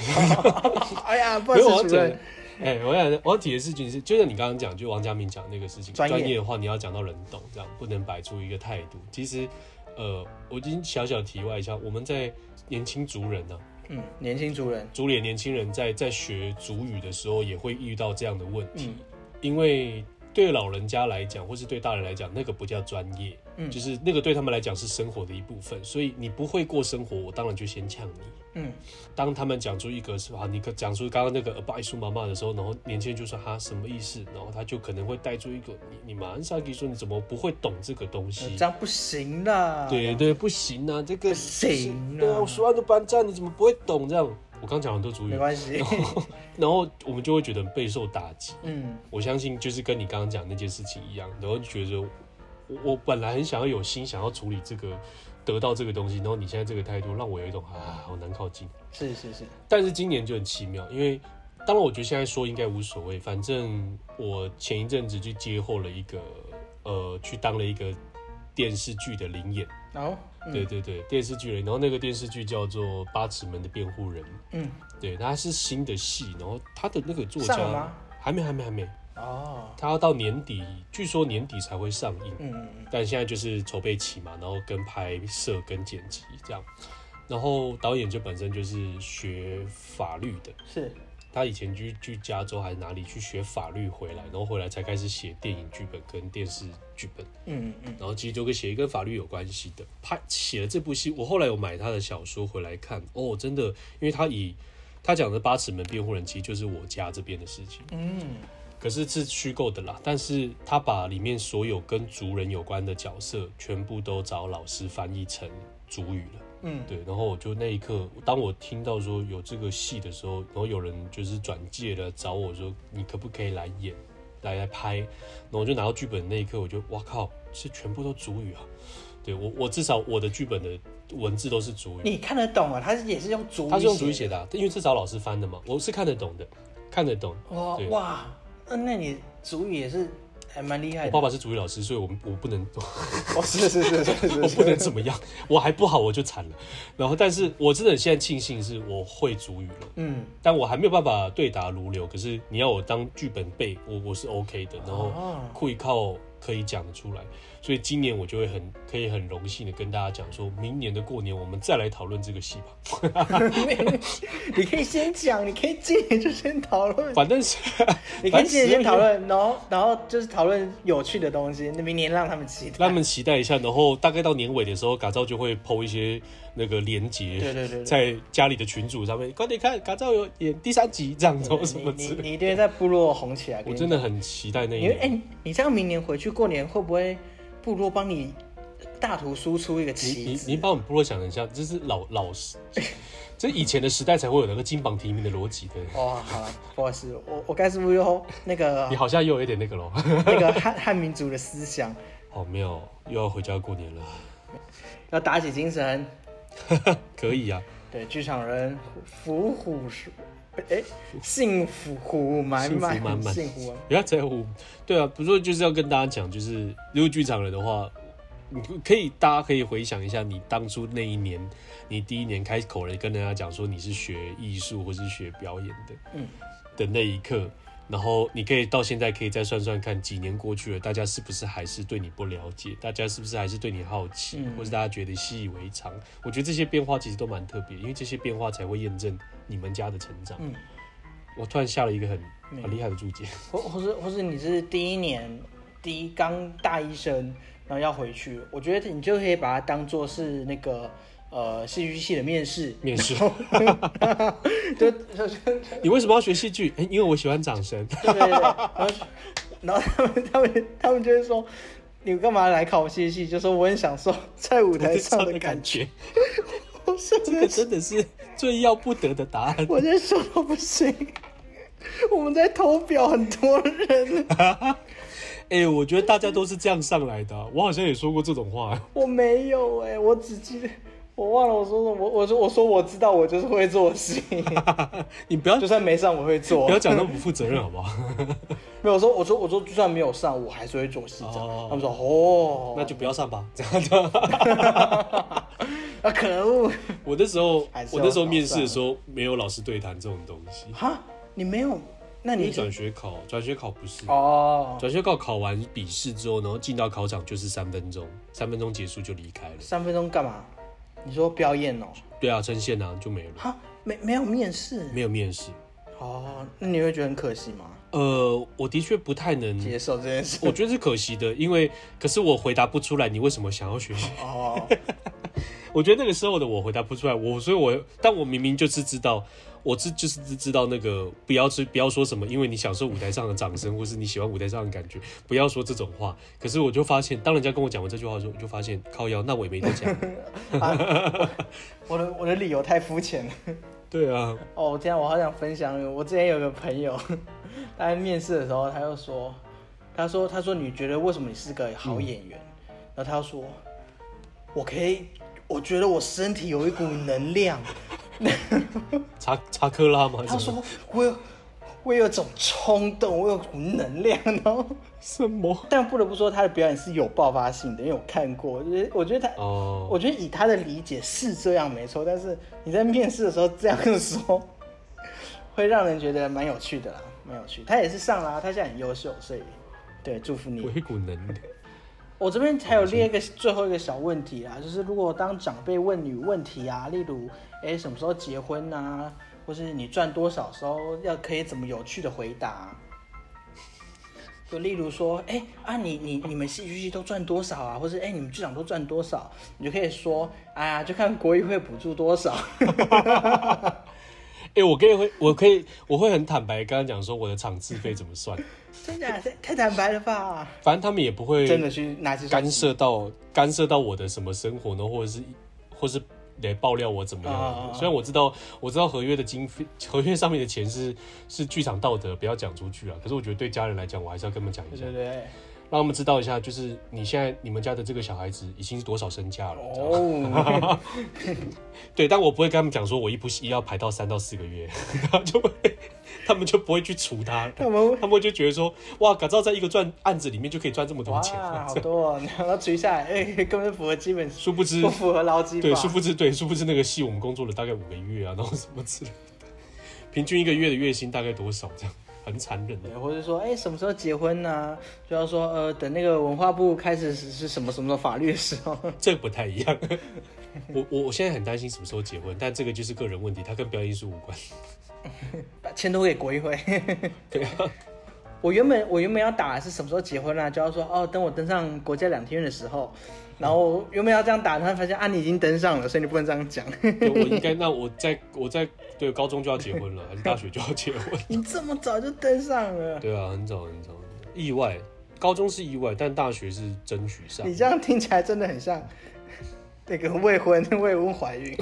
哎呀，不
没有，我
好
要
意思，主
讲
任。，
哎、我想我要提的事情是，就像你刚刚讲，就王家明讲那个事情，
专业
专业的话，你要讲到人懂，这样不能摆出一个态度。其实，呃，我已经小小题外一下，我们在年轻族人啊，
嗯，年轻主任，
族里的年轻人在在学族语的时候，也会遇到这样的问题，
嗯
因为对老人家来讲，或是对大人来讲，那个不叫专业，
嗯
就是那个对他们来讲是生活的一部分，所以你不会过生活，我当然就先呛你。
嗯，
当他们讲出一个是吧，你讲出刚刚那个阿爸一叔妈妈的时候，然后年轻人就说哈什么意思，然后他就可能会带出一个你你马上可以说你怎么不会懂这个东西
呃这？样不行啦。
对对，不行啊，这个
不行啊
对啊，我说话都搬站，你怎么不会懂这样？我刚讲很多主
没
语，
关
<laughs>
系。
然后我们就会觉得备受打击。
嗯
我相信就是跟你刚刚讲那件事情一样，然后就觉得我我本来很想要有心想要处理这个，得到这个东西，然后你现在这个态度让我有一种啊好难靠近。
是是是，
但是今年就很奇妙，因为当然我觉得现在说应该无所谓，反正我前一阵子就接获了一个呃，去当了一个电视剧的灵演，
然后
对
嗯
对对，电视剧人，然后那个电视剧叫做《八尺门的辩护人》，
嗯，
对，它是新的戏，然后他的那个作
上了
家
吗？
还没还没还没，
哦，
他要到年底，据说年底才会上映。
嗯嗯嗯
但现在就是筹备期嘛，然后跟拍摄跟剪辑这样，然后导演就本身就是学法律的，
是，
他以前去去加州还是哪里去学法律回来，然后回来才开始写电影剧本跟电视剧本，
嗯嗯
然后其实就跟写一跟法律有关系的。拍写了这部戏，我后来有买他的小说回来看，哦，真的，因为他以他讲的《八尺门辩护人》其实就是我家这边的事情，
嗯
可是是虚构的啦。但是他把里面所有跟族人有关的角色全部都找老师翻译成族语了。
嗯
对，然后我就那一刻，当我听到说有这个戏的时候，然后有人就是转介了找我说，你可不可以来演，来来拍，然后我就拿到剧本那一刻，我就哇靠，是全部都主语啊！对我，我至少我的剧本的文字都是主语，
你看得懂啊？他也是用主语，
他是用主语写的、啊，因为是找老师翻的嘛，我是看得懂的，看得懂。
哇
对
哇，那那你主语也是还蛮厉害
我
的
爸。爸是主语老师，所以我们我不能，
哦，是是是
<laughs>
是
我不能怎么样，我还不好我就惨了。然后，但是我真的现在庆幸是我会主语了。
嗯，
但我还没有办法对答如流。可是你要我当剧本背，我我是 OK 的，然后
哦
会靠可以讲得出来，所以今年我就会很可以很荣幸的跟大家讲说，明年的过年我们再来讨论这个戏吧。
<laughs> 你可以先讲，你可以今年就先讨论，
反正是，
你可
<laughs> 反
以
正
今年先
12
讨论，然后然后就是讨论有趣的东西，那明年让他们 <laughs> 期待。
让他们期待一下，然后大概到年尾的时候，嘎造就会抛一些那个连结，
对对对对
在家里的群组上面，快点看，嘎造有演第三集这样 <laughs> 子或什么
你
之
你
类。
你一定会在部落红起来。
我
跟你
真的很期待那一
你哎、
年。
你你这样明年回去过年会不会部落帮你大图输出一个
你
旗
你
子？
你把我们部落想一下，这是老老时，这以前的时代才会有那个金榜题名的逻
<laughs>
辑的。
哦，好了，不好意思，我我该是不是又 <laughs> 那个
<laughs> 你好像又有一点那个咯。 <laughs>
那个汉汉民族的思想，
好妙，又要回家过年了。
要打起精神。
可以啊，
对，剧场人福虎是，哎，幸福虎满满，
幸福满满
幸福满
不要在乎。对啊，不是就是要跟大家讲，就是如果剧场人的话，你可以大家可以回想一下，你当初那一年，你第一年开口了跟人家讲说你是学艺术或是学表演的，
嗯
的那一刻。然后你可以到现在可以再算算看，几年过去了，大家是不是还是对你不了解？大家是不是还是对你好奇，
嗯
或是大家觉得习以为常？我觉得这些变化其实都蛮特别，因为这些变化才会验证你们家的成长。
嗯，
我突然下了一个很
嗯
很厉害的注解，
或或是或是你是第一年第一刚大一生，然后要回去，我觉得你就可以把它当做是那个呃戏剧系的面试，
面试。
就就就
你为什么要学戏剧？哎，因为我喜欢掌声。
对对对，然后然后他们他们他们就会说。你干嘛来考戏剧系？就说我很享受在舞台
<laughs>
上的感觉，
觉，
我是
这个 <laughs> 真的是最要不得的答案。
<laughs> 我在笑到不行。我们在投票，很多人，
哎、我觉得大家都是这样上来的啊、我好像也说过这种话。
欸我没有哎、我只记得我忘了我说什么，我我说我说我知道，我就是会做戏，
你不要
<laughs> 就算没上我会做
不。要讲那么不负责任好
<laughs>
不好？
没有我说我说我说就算没有上，我还是会做戏这样。
哦
他们说哦，
那就不要上吧， <laughs> 这样的。
啊可恶
我那时候
还是
我
要啊
那时候面试的时候没有老师对谈这种东西，
哈，你没有，那
因为
你
转学考转学考不是。
哦，
转学考考完笔试之后，然后进到考场就是三分钟，三分钟结束就离开了。
三分钟干嘛？你说表演哦？
对啊，针线啊就没了，
哈，没没有面试
没有面试。
哦，那你会觉得很可惜吗？
呃，我的确不太能，
接受这件事
我觉得是可惜的，因为可是我回答不出来你为什么想要学习。 <laughs>
哦，
我觉得那个时候的我回答不出来，我所以我，但我明明就是知道，我知就是知道那个不要去不要说什么，因为你享受舞台上的掌声，或是你喜欢舞台上的感觉，不要说这种话。可是我就发现，当人家跟我讲完这句话的时候，我就发现靠腰，那我也没得
<laughs>
讲。
我的我的理由太肤浅了。
对啊，
哦，天啊，我好想分享。我之前有个朋友，他在面试的时候，他就说，他说，他说你觉得为什么你是个好演员？然后他说，我可以，我觉得我身体有一股能量。
查查克拉吗？
他说我有，我有种冲动，我有股能量。然后，
什么？
<laughs> 但不得不说，他的表演是有爆发性的，因为我看过，就是我觉得他。
哦，
我觉得以他的理解是这样没错，但是你在面试的时候这样说， <laughs> 会让人觉得蛮有趣的啦，蛮有趣。他也是上啦，他现在很优秀，所以对，祝福
我
你。
一股能力。
我这边还有列一个最后一个小问题啦，就是如果当长辈问你问题啊，例如哎、诶什么时候结婚啊，或是你赚多少时候要可以怎么有趣的回答、啊就例如说，哎、啊你你你们戏剧系都赚多少啊，或是哎、诶你们剧场都赚多少，你就可以说，哎呀就看国议会补助多
<laughs>
少。
哎、我可以会，我可以，我会很坦白地跟他讲说我的场次费怎么算，
真的啊太太坦白了吧？
反正他们也不会
真的去拿去
干涉到干涉到我的什么生活呢，或者是或是来爆料我怎么样的。
啊啊啊
虽然我知道我知道合约的经费，合约上面的钱是是剧场道德，不要讲出去啊。可是我觉得对家人来讲，我还是要跟他们讲一
对
下，
对对，
让他们知道一下，就是你现在你们家的这个小孩子已经是多少身价了。你知道吗
哦，
对，但我不会跟他们讲说我一部戏要排到三到四个月， <laughs> 然后就会他们就不会去除他。
<laughs> 那我们
他们就觉得说，哇，改造在一个赚案子里面就可以赚这么多
哇，
钱，
好多、 <laughs> 哦，然后除下来，哎、根本就符合基本，
殊不知
不符合劳基
对，
法。
殊不知对，殊不知那个戏我们工作了大概五个月啊，然后什么之类的，平均一个月的月薪大概多少？这样很残忍的
对，或者说，哎、什么时候结婚呢、就要说，呃，等那个文化部开始实施什么什么法律的时候， <laughs>
这个不太一样。 <laughs> 我我我现在很担心什么时候结婚，但这个就是个人问题，它跟表演艺术无关。 <laughs>
把钱都给国议会。
对啊，
<laughs> 我原本我原本要打的是什么时候结婚呢、就要说，哦，等我登上国家两厅院的时候。然后原本要这样打，然后发现啊，你已经登上了，所以你不能这样讲。 <laughs>
对我应该那我在我在对高中就要结婚了，还是大学就要结婚？ <laughs>
你这么早就登上了，
对啊，很早很早，意外。高中是意外，但大学是争取上
你。这样听起来真的很像那个未婚未婚怀
<laughs>
孕。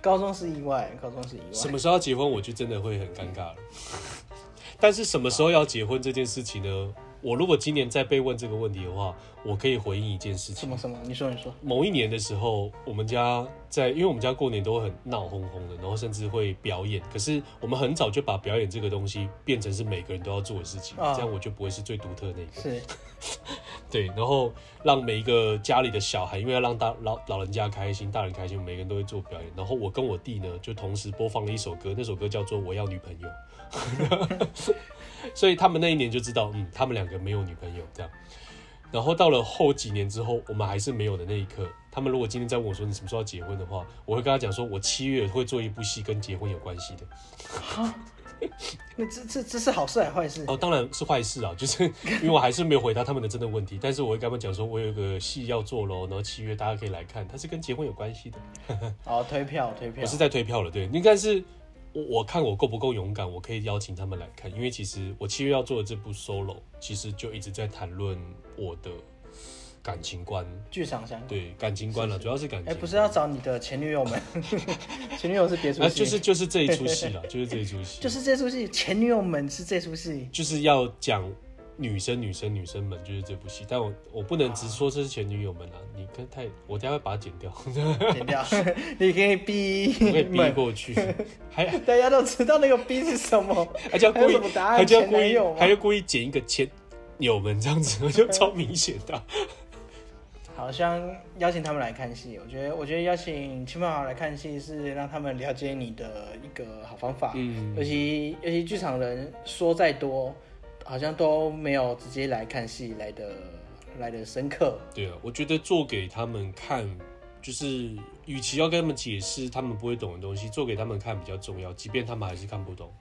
高中是意外，高中是意外。
什么时候要结婚，我就真的会很尴尬了。 <laughs> 但是什么时候要结婚这件事情呢？我如果今年再被问这个问题的话，我可以回应一件事
什
情。
么什么？你说你说。
某一年的时候，我们家在，因为我们家过年都很闹哄哄的，然后甚至会表演。可是我们很早就把表演这个东西变成是每个人都要做的事情，
啊
这样我就不会是最独特的那个。
是，
对，然后让每一个家里的小孩，因为要让大老老人家开心，大人开心，每个人都会做表演。然后我跟我弟呢，就同时播放了一首歌，那首歌叫做《我要女朋友》， <laughs> 所以他们那一年就知道，嗯，他们两个没有女朋友这样。然后到了后几年之后，我们还是没有的那一刻，他们如果今天再问我说你什么时候要结婚的话，我会跟他讲说，我七月会做一部戏跟结婚有关系的。
那这这这是好事还是坏事？
哦，当然是坏事啊，就是因为我还是没有回答他们的真的问题，但是我会跟他们讲说，我有一个戏要做喽，然后七月大家可以来看，它是跟结婚有关系的。
哦，推票推票
我是。在推票了，对，应该是我我看我够不够勇敢，我可以邀请他们来看，因为其实我七月要做的这部 solo，其实就一直在谈论我的感情观，
剧场相关。
对感情观了，主要是感情
哎，
观。
不是要找你的前女友
<laughs>
们，前女友是别出
啊，
戏， <laughs>
就是就是这一出戏了，就是这一出戏，
就是这出戏，前女友们是这出戏。
就是要讲女生女生女生们就是这部戏，但我我不
啊
能只说这是前女友们啊，你跟太我等下会把它剪
<laughs>
掉，
剪
<laughs>
掉，你可以逼
我给逼
们，
过去，还
<laughs> 大家都知道那个逼是什
<laughs>
么，
还叫
还有
故意
什么答，案
还叫
前
故
男
意
友，吗
还要故意剪一个前友们这样子，就超明显的
<laughs>
啊。
好像邀请他们来看戏，我觉得，我觉得邀请亲朋好友来看戏是让他们了解你的一个好方法。
嗯
尤其尤其剧场人说再多，好像都没有直接来看戏来的来的深刻。
对啊，我觉得做给他们看，就是与其要跟他们解释他们不会懂的东西，做给他们看比较重要，即便他们还是看不懂。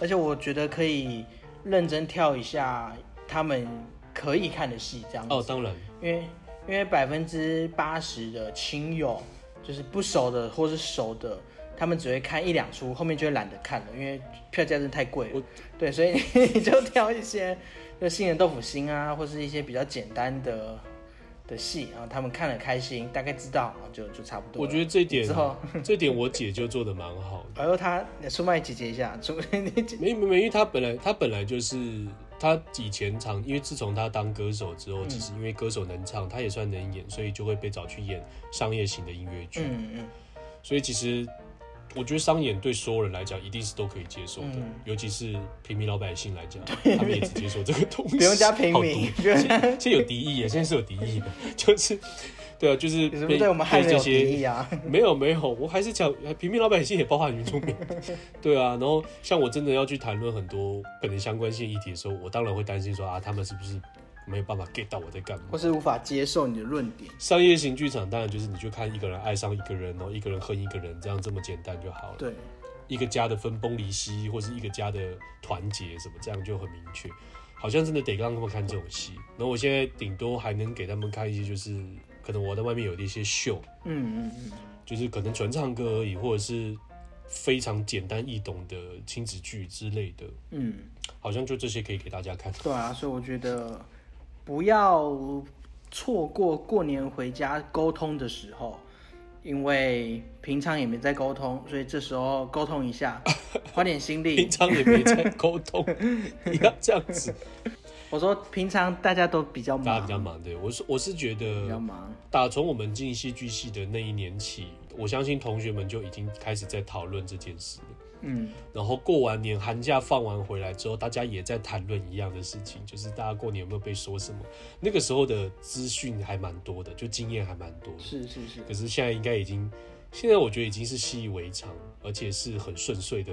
而且我觉得可以认真跳一下他们可以看的戏，这样子，
哦，当然，
因为因为百分之八十的亲友就是不熟的或是熟的。他们只会看一两出，后面就会懒得看了，因为票价真的太贵了
我。
对，所以 <laughs> 你就挑一些就杏仁豆腐心啊，或是一些比较简单的的戏，然后他们看了开心，大概知道，然后就就差不多了。
我觉得这一点
之后，
这点我姐就做的蛮好的。
哎呦，他出卖姐姐一下，出 <laughs> 你姐
<laughs> 没没没，因为她本来她本来就是她以前常，因为自从她当歌手之后，其
嗯
实因为歌手能唱，她也算能演，所以就会被找去演商业型的音乐剧。
嗯嗯，
所以其实我觉得商演对所有人来讲一定是都可以接受的，
嗯
尤其是平民老百姓来讲，他们也只接受这个东
<laughs>
西。
不用加平
好
民
毒，
不用加，
<laughs> 现在有敌意耶，现在是有敌意的，就是对啊，就是
你是不
被
是对我们汉人
这
有敌
些。
意啊？ <laughs>
没有没有，我还是讲 <laughs> 平民老百姓也包含原住民， <laughs> 对啊。然后像我真的要去谈论很多可能相关性议题的时候，我当然会担心说啊，他们是不是没有办法 get 到我在干嘛？
或是无法接受你的论点？
商业型剧场当然就是你就看一个人爱上一个人，然后一个人恨一个人，这样这么简单就好了。
对，
一个家的分崩离析，或是一个家的团结什么，这样就很明确。好像真的得让他们看这种戏。然后我现在顶多还能给他们看一些，就是可能我在外面有的一些秀，
嗯嗯嗯，
就是可能纯唱歌而已，或者是非常简单易懂的亲子剧之类的，
嗯，
好像就这些可以给大家看。 <laughs>
对啊，所以我觉得不要错过过年回家沟通的时候，因为平常也没在沟通，所以这时候沟通一下，花点心力
平。常也没在沟通，你要这样子，
我说平常大家都比较
大家
忙，
比较忙对，我是我是觉
比较
得，
忙，
打从我们进戏剧系的那一年起，我相信同学们就已经开始在讨论这件事了。
嗯，
然后过完年寒假放完回来之后，大家也在谈论一样的事情，就是大家过年有没有被说什么？那个时候的资讯还蛮多的，就经验还蛮多的。
是是是，
可是现在应该已经，现在我觉得已经是习以为常，而且是很顺遂的，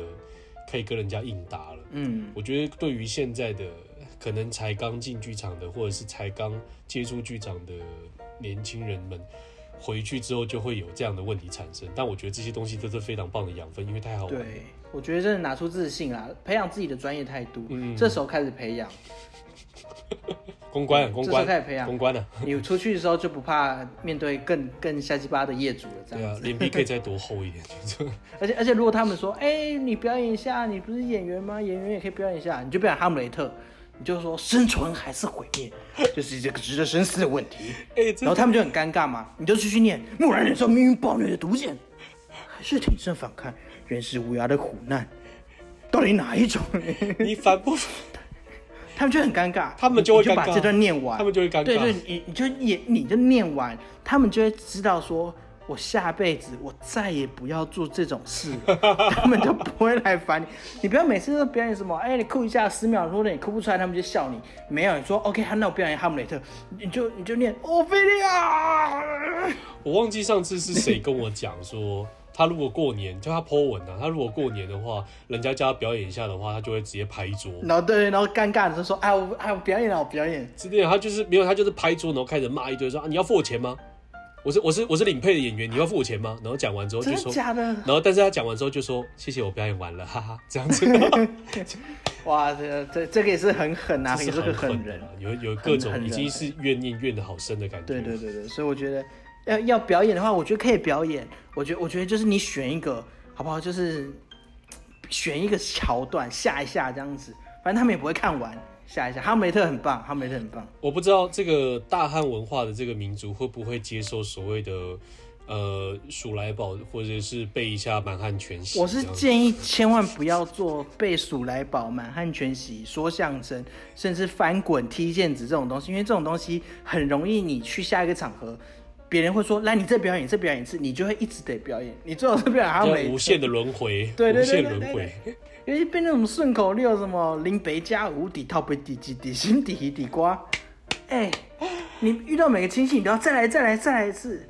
可以跟人家应答了。
嗯，
我觉得对于现在的可能才刚进剧场的，或者是才刚接触剧场的年轻人们，回去之后就会有这样的问题产生。但我觉得这些东西都是非常棒的养分，因为太好玩了。
对，我觉得真的拿出自信啦，培养自己的专业态度，
嗯
这时候开始培养，
公关啊，公
这时候
关，
开始培养，
公关啊，
你出去的时候就不怕面对更更下鸡巴的业主了，这
对
样
啊，脸皮可以再多厚一点，就是 <laughs>
而且而且，如果他们说，哎、你表演一下，你不是演员吗？演员也可以表演一下，你就表演哈姆雷特，你就说生存还是毁灭，就是这个值得深思的问题。
哎，
然后
这
他们就很尴尬嘛，你就继续念，蓦然忍受命运暴虐的毒箭，还是挺身反抗，原是无涯的苦难，到底哪一种？
你反不，
他们就很尴尬，
他们就会
你你
尴
把
尬
这段念完，
他们就会尴
对对
尬。，
你你就也你就念完，他们就会知道说，我下辈子我再也不要做这种
<laughs>
事了，他们就不会来烦你。你不要每次都表演什么，哎、你哭一下十秒，如果你哭不出来，他们就笑你。没有，你说 OK，好那我表演哈姆雷特，你就你就念哦欧菲利啊亚，
我忘记上次是谁跟我讲说，他如果过年叫他 Po 文啊，他如果过年的话，人家叫他表演一下的话，他就会直接拍桌。
然后对，然后尴尬的就说，哎，我哎我表演了，我表演。
之类的，他就是没有，他就是拍桌，然后开始骂一堆说啊，你要付我钱吗？我是我是我是领配的演员，你要付我钱吗？然后讲完之后
真
就
的
说，
假的？
然后但是他讲完之后就说谢谢我表演完了，哈哈，这
<laughs>
样子，
哇，这这这个也是很狠啊，
这
也是个狠
狠的
人
啦。，有有各
很
种
狠
已经
人
是怨念怨的好深的感觉。
对对对对，所以我觉得要要表演的话，我觉得可以表演。我觉得我觉得就是你选一个好不好？就是选一个桥段下一下这样子，反正他们也不会看完，下一下。哈姆雷特很棒，哈姆雷特很棒。
我不知道这个大汉文化的这个民族会不会接受所谓的呃数来宝，或者是背一下满汉全席。
我是
这样子
建议千万不要做背数来宝、满汉全席、说相声，甚至翻滚、踢毽子这种东西，因为这种东西很容易你去下一个场合，别人会说来你这表演你这表演一次，你就会一直得表演，你最后这表演还要
这
每
样无限的轮回，
对对对
无限
对
轮
对
回
对。，尤其变成什么顺口溜，什么林北加无底套杯底底底心底底底瓜，哎、你遇到每个亲戚，你都要再来再来再来一次，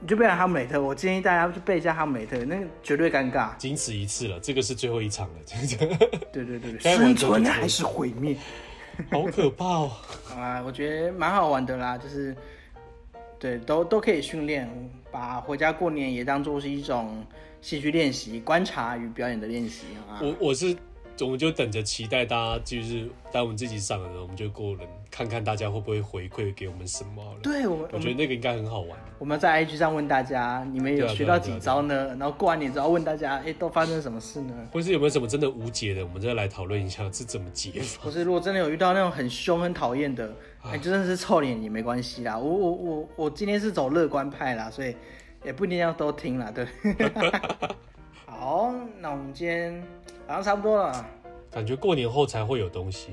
你就背哈姆雷特。我建议大家去背一下哈姆雷特，那个绝对尴尬。
仅此一次了，这个是最后一场了，这个
对对对，对
该完
生
全
存
不错
还是毁灭
<laughs> 好可怕哦！
啊？我觉得蛮好玩的啦，就是对都都可以训练，把回家过年也当做是一种戏剧练习、观察与表演的练习啊。
我我是，我们就等着期待大家，就是当我们自己上了，我们就过人看看大家会不会回馈给我们什么好了。
对我们
我觉得那个应该很好玩。
我们在 IG 上问大家，你们有
啊
学到几招呢？然后过完年之后问大家，哎、都发生什么事呢？
或是有没有什么真的无解的，我们再来讨论一下是怎么解法。
或是如果真的有遇到那种很凶、很讨厌的，
啊
哎、就算是臭脸也没关系啦。我我我我今天是走乐观派啦，所以也不一定要都听啦，
<laughs>
对。好，那我们今天好像差不多了。
感觉过年后才会有东西。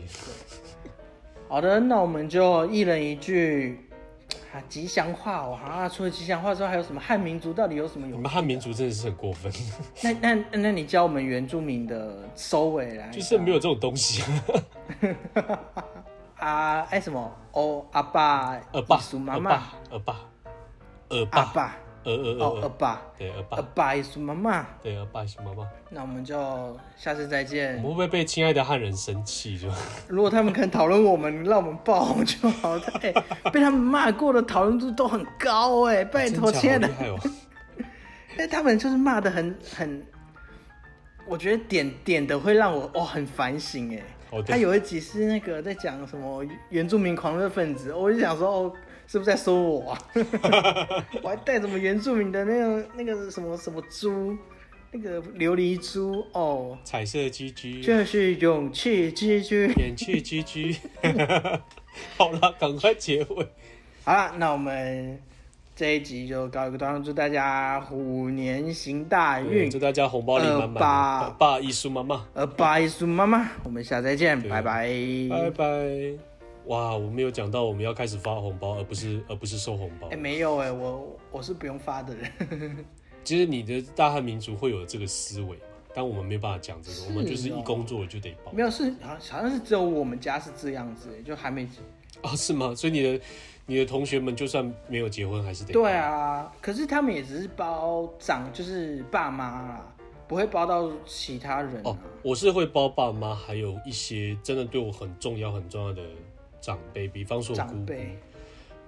好的，那我们就一人一句啊吉祥话哦。啊，除了吉祥话之外，还有什么汉民族到底有什么
你
有？
们汉民族真的是很过
哎
分，
那那那那你教我们原住民的收尾来一下，
就是没有这种东西。 <laughs>
啊，哎什么？哦，阿爸，
恶霸
艺术，妈
恶
妈，
霸，恶霸，恶
阿
霸，
爸，
呃呃
哦，
呃
阿
呃，
爸，
对，恶
阿
霸，
爸，艺术妈妈。
对，恶霸是妈妈。
那我们就下次再
我
见
们。会不会被亲爱的汉人生气？就
如果他们肯讨论我们，让我们爆红就好。哎、被他们骂过的讨论度都很高哎、拜托，
真
亲爱
假
的
好厉，害哦！
哎，他们就是骂的很很，我觉得点点的会让我哦很反省哎、
哦，
他
对，
有一集是那个在讲什么原住民狂热分子，我就想说哦，是不是在说
<laughs>
我、啊？我还带什么原住民的那个那个什么什么猪，那个琉璃珠哦，
彩色 GG，
这是勇气之躯。
免去 GG。好了，赶快结尾。
好了，那我们这一集就告一个段落，祝大家虎年行大
对
运
祝。大家红包领满
嗯恶
满
霸
的。恶霸艺术妈妈，
呃，拜叔妈妈，我们下次再见，
对
拜拜。
拜拜。哇，我没有讲到我们要开始发红包，而不是而不是收红包
哎、。没有哎、我我是不用发的人。 <laughs>
其实你的大汉民族会有这个思维嘛，但我们没办法讲这个，
是
我们就是
哦
一工作就得包
没有，是好像好像是只有我们家是这样子，就还没。
啊，是吗？所以你的你的同学们就算没有结婚还是得包
对，啊，可是他们也只是包长，就是爸妈啦，不会包到其他人、啊。
哦，我是会包爸妈，还有一些真的对我很重要很重要的长辈，比方说我姑
长
姑，
辈啊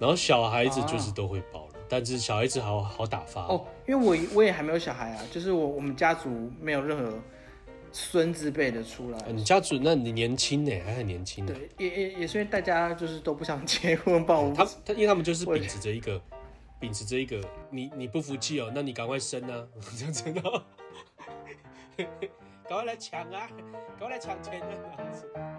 然后小孩子就是都会包了，但是小孩子好好打发
哦，因为我我也还没有小孩啊，就是我我们家族没有任何孙子辈的出来，
啊你家主，那你年轻呢，还很年轻呢。
对，也也也是因为大家就是都不想结婚，帮我
他他，因为他们就是秉持着一个，秉持着一个，你你不服气哦，那你赶快生啊， <laughs> 这样子的，赶快来抢啊，赶快来抢钱啊。这样子